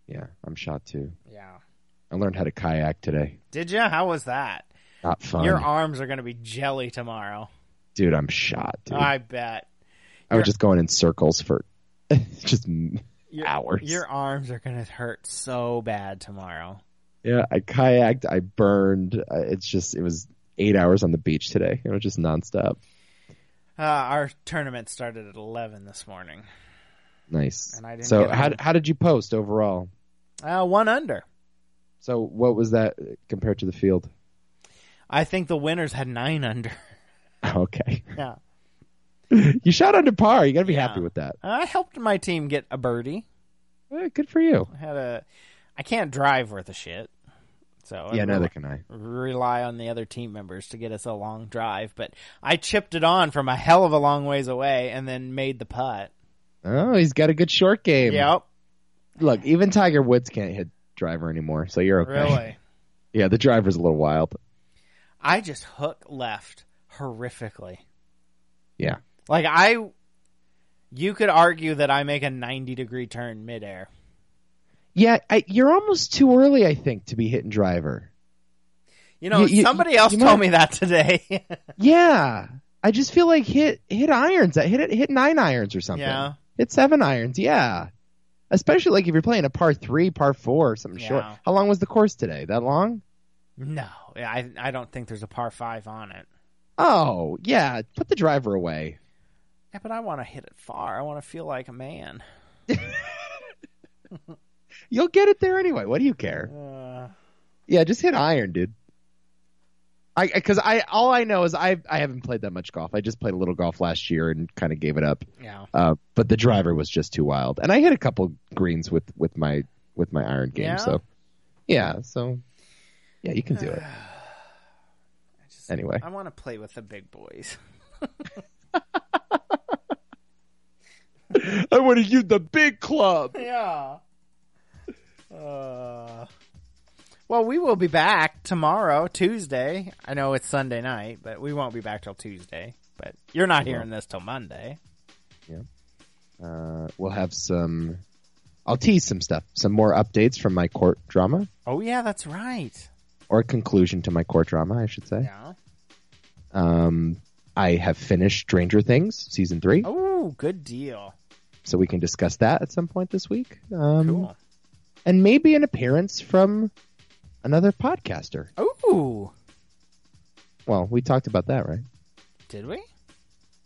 Speaker 3: Yeah, I'm shot too.
Speaker 2: Yeah.
Speaker 3: I learned how to kayak today.
Speaker 2: Did you? How was that?
Speaker 3: Not fun,
Speaker 2: Your arms are going to be jelly tomorrow.
Speaker 3: dude. I'm shot, dude.
Speaker 2: I bet.
Speaker 3: I was
Speaker 2: Uh, You're-
Speaker 3: just going in circles for just
Speaker 2: Your,
Speaker 3: Hours.
Speaker 2: Your arms are going to hurt so bad tomorrow.
Speaker 3: yeah. I kayaked, I burned. I- It's just it was eight hours on the beach today. It was just nonstop.
Speaker 2: Uh, our tournament started at 11 this morning.
Speaker 3: Nice.
Speaker 2: And I didn't
Speaker 3: so
Speaker 2: get
Speaker 3: how
Speaker 2: home.
Speaker 3: how did you post overall?
Speaker 2: Uh, one under.
Speaker 3: So what was that compared to the field?
Speaker 2: I think the winners had nine under.
Speaker 3: Okay,
Speaker 2: Yeah.
Speaker 3: you shot under par. You got to be
Speaker 2: Yeah.
Speaker 3: happy with that.
Speaker 2: I helped my team get a birdie.
Speaker 3: Eh, good for you.
Speaker 2: I had a I can't drive worth a shit. So
Speaker 3: yeah,
Speaker 2: I
Speaker 3: neither
Speaker 2: rel-
Speaker 3: can I.
Speaker 2: rely on the other team members to get us a long drive, but I chipped it on from a hell of a long ways away and then made the putt.
Speaker 3: Oh, he's got a good short game.
Speaker 2: Yep.
Speaker 3: Look, even Tiger Woods can't hit driver anymore, so you're okay.
Speaker 2: Really.
Speaker 3: Yeah, the driver's a little wild.
Speaker 2: I just hook left horrifically.
Speaker 3: Yeah.
Speaker 2: Like I you could argue that I make a 90 degree turn midair.
Speaker 3: Yeah, I, you're almost too early, I think, to be hitting driver.
Speaker 2: You know,
Speaker 3: You- you-
Speaker 2: somebody else
Speaker 3: you
Speaker 2: told
Speaker 3: might-
Speaker 2: me that today.
Speaker 3: Yeah, I just feel like hit hit irons, hit it, hit nine irons or something.
Speaker 2: Yeah.
Speaker 3: hit seven irons. Yeah, especially like if you're playing a par three, par four, something short.
Speaker 2: Yeah.
Speaker 3: How long was the course today? That long?
Speaker 2: no, I I don't think there's a par 5 on it.
Speaker 3: Oh yeah, put the driver away.
Speaker 2: Yeah, but I want to hit it far. I want to feel like a man.
Speaker 3: You'll get it there anyway. What do you care?
Speaker 2: Uh,
Speaker 3: Yeah, just hit iron, dude. I because I all I know is I I haven't played that much golf. I just played a little golf last year and kind of gave it up.
Speaker 2: yeah.
Speaker 3: Uh, but the driver was just too wild, and I hit a couple greens with with my with my iron game.
Speaker 2: Yeah?
Speaker 3: So yeah, so yeah, you can do it
Speaker 2: I just-
Speaker 3: anyway.
Speaker 2: I want to play with the big boys.
Speaker 3: I want to use the big club.
Speaker 2: Yeah. Uh, well, we will be back tomorrow, Tuesday. I know it's Sunday night, but we won't be back till Tuesday. But you're not hearing this till Monday.
Speaker 3: Uh, we'll have some. I'll tease some stuff, some more updates from my court drama
Speaker 2: Oh yeah, that's right.
Speaker 3: or conclusion to my court drama, I should say.
Speaker 2: Yeah.
Speaker 3: Um, I have finished Stranger Things season three,
Speaker 2: Oh, good deal.
Speaker 3: so we can discuss that at some point this week. Um,
Speaker 2: Cool.
Speaker 3: and maybe an appearance from another podcaster.
Speaker 2: Oh,
Speaker 3: Well, we talked about that, right?
Speaker 2: did we?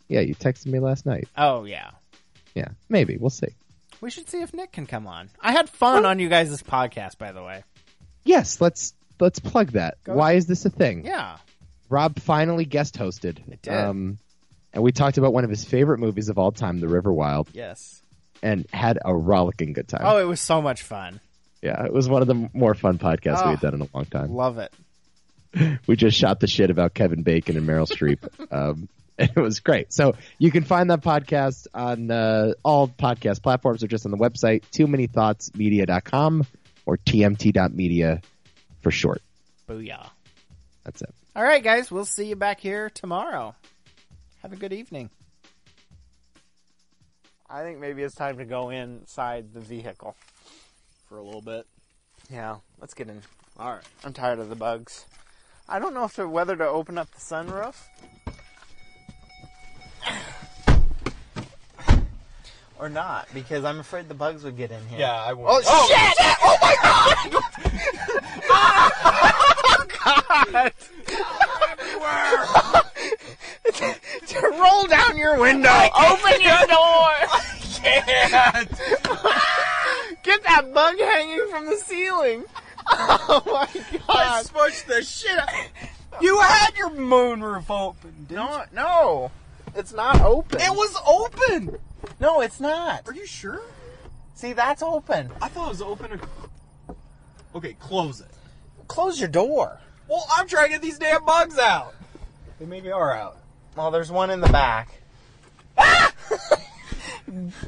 Speaker 3: Yeah, you texted me last night.
Speaker 2: Oh yeah.
Speaker 3: Yeah, maybe we'll see.
Speaker 2: We should see if Nick can come on. I had fun on you guys' podcast, by the way.
Speaker 3: Yes, let's let's plug that.
Speaker 2: Go
Speaker 3: Why is this a thing?
Speaker 2: Yeah.
Speaker 3: Rob finally guest hosted.
Speaker 2: It did.
Speaker 3: Um, and we talked about one of his favorite movies of all time, The River Wild,
Speaker 2: Yes.
Speaker 3: and had a rollicking good time.
Speaker 2: Oh, it was so much fun.
Speaker 3: Yeah, it was one of the more fun podcasts we had
Speaker 2: Ah.
Speaker 3: done in a long time.
Speaker 2: Love it.
Speaker 3: We just shot the shit about Kevin Bacon and Meryl Streep. Um, and it was great. So you can find that podcast on uh, all podcast platforms or just on the website, too many thoughts media.com or tmt.media for short.
Speaker 2: Booyah.
Speaker 3: That's it.
Speaker 2: All right, guys, we'll see you back here tomorrow. Have a good evening. I think maybe it's time to go inside the vehicle.
Speaker 1: for a little bit.
Speaker 2: Yeah, let's get in.
Speaker 1: All right.
Speaker 2: I'm tired of the bugs. I don't know if to, whether to open up the sunroof or not because I'm afraid the bugs would get in here.
Speaker 1: Yeah, I will. Oh,
Speaker 2: Oh Roll down your window. Open your door.
Speaker 1: Oh,
Speaker 2: Get that bug hanging from the ceiling. Oh my
Speaker 1: I
Speaker 2: god.
Speaker 1: smushed the shit out. You had your moonroof open, dude.
Speaker 2: No, no. It's not open.
Speaker 1: It was open.
Speaker 2: no, it's not.
Speaker 1: Are you sure?
Speaker 2: See, that's open.
Speaker 1: I thought it was open. ac- Okay, close it.
Speaker 2: Close your door.
Speaker 1: Well, I'm trying to get these damn bugs out. They maybe are out.
Speaker 2: Well, there's one in the back.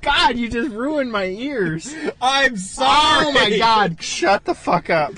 Speaker 2: God, you just ruined my ears.
Speaker 1: I'm sorry.
Speaker 2: Oh my god. Shut the fuck up.